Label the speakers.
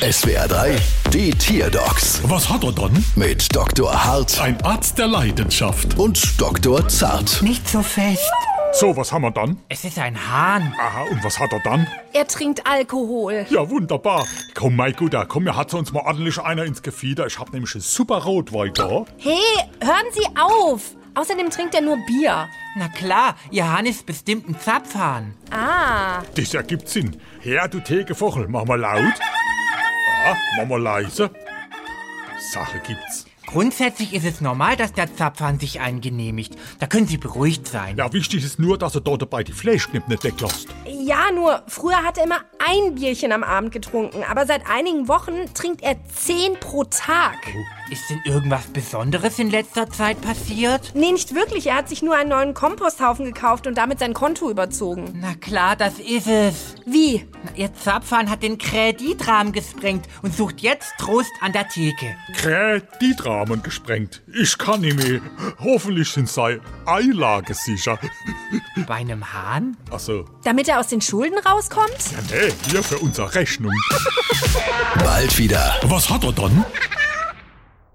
Speaker 1: SWR 3, die Tierdocs
Speaker 2: Was hat er dann?
Speaker 1: mit Dr. Hart
Speaker 2: Ein Arzt der Leidenschaft.
Speaker 1: und Dr. Zart.
Speaker 3: Nicht so fest.
Speaker 2: So, was haben wir dann?
Speaker 3: Es ist ein Hahn.
Speaker 2: Aha, und was hat er dann?
Speaker 4: Er trinkt Alkohol.
Speaker 2: Ja, wunderbar. Komm, mein Guter, komm, mir hat's uns mal ordentlich einer ins Gefieder. Ich hab nämlich einen super Rotwein da.
Speaker 4: Hey, hören Sie auf! Außerdem trinkt er nur Bier.
Speaker 3: Na klar, Ihr Hahn ist bestimmt ein Zapfhahn.
Speaker 4: Ah,
Speaker 2: Das ergibt Sinn. Her, du Tegefochel, mach mal laut. Ja, mach mal leise. Sache gibt's.
Speaker 3: Grundsätzlich ist es normal, dass der Zapfhahn sich eingenehmigt. Da können Sie beruhigt sein.
Speaker 2: Ja, wichtig ist nur, dass er dort dabei die Fleischknipp nicht weglässt.
Speaker 4: ja, nur früher hat er immer ein Bierchen am Abend getrunken, aber seit einigen Wochen trinkt er zehn pro Tag.
Speaker 3: Ist denn irgendwas Besonderes in letzter Zeit passiert?
Speaker 4: Nee, nicht wirklich. Er hat sich nur einen neuen Komposthaufen gekauft und damit sein Konto überzogen.
Speaker 3: Na klar, das ist es.
Speaker 4: Wie?
Speaker 3: Na, Ihr Zapfhahn hat den Kreditrahmen gesprengt und sucht jetzt Trost an der Theke.
Speaker 2: Kreditrahmen gesprengt. Ich kann nicht mehr. Hoffentlich sind sei Eilage sicher.
Speaker 3: Bei einem Hahn?
Speaker 2: Also,
Speaker 4: Damit er aus den Schulden rauskommt?
Speaker 2: ja, nee, hier für unsere Rechnung.
Speaker 1: Bald wieder.
Speaker 2: Was hat er dann?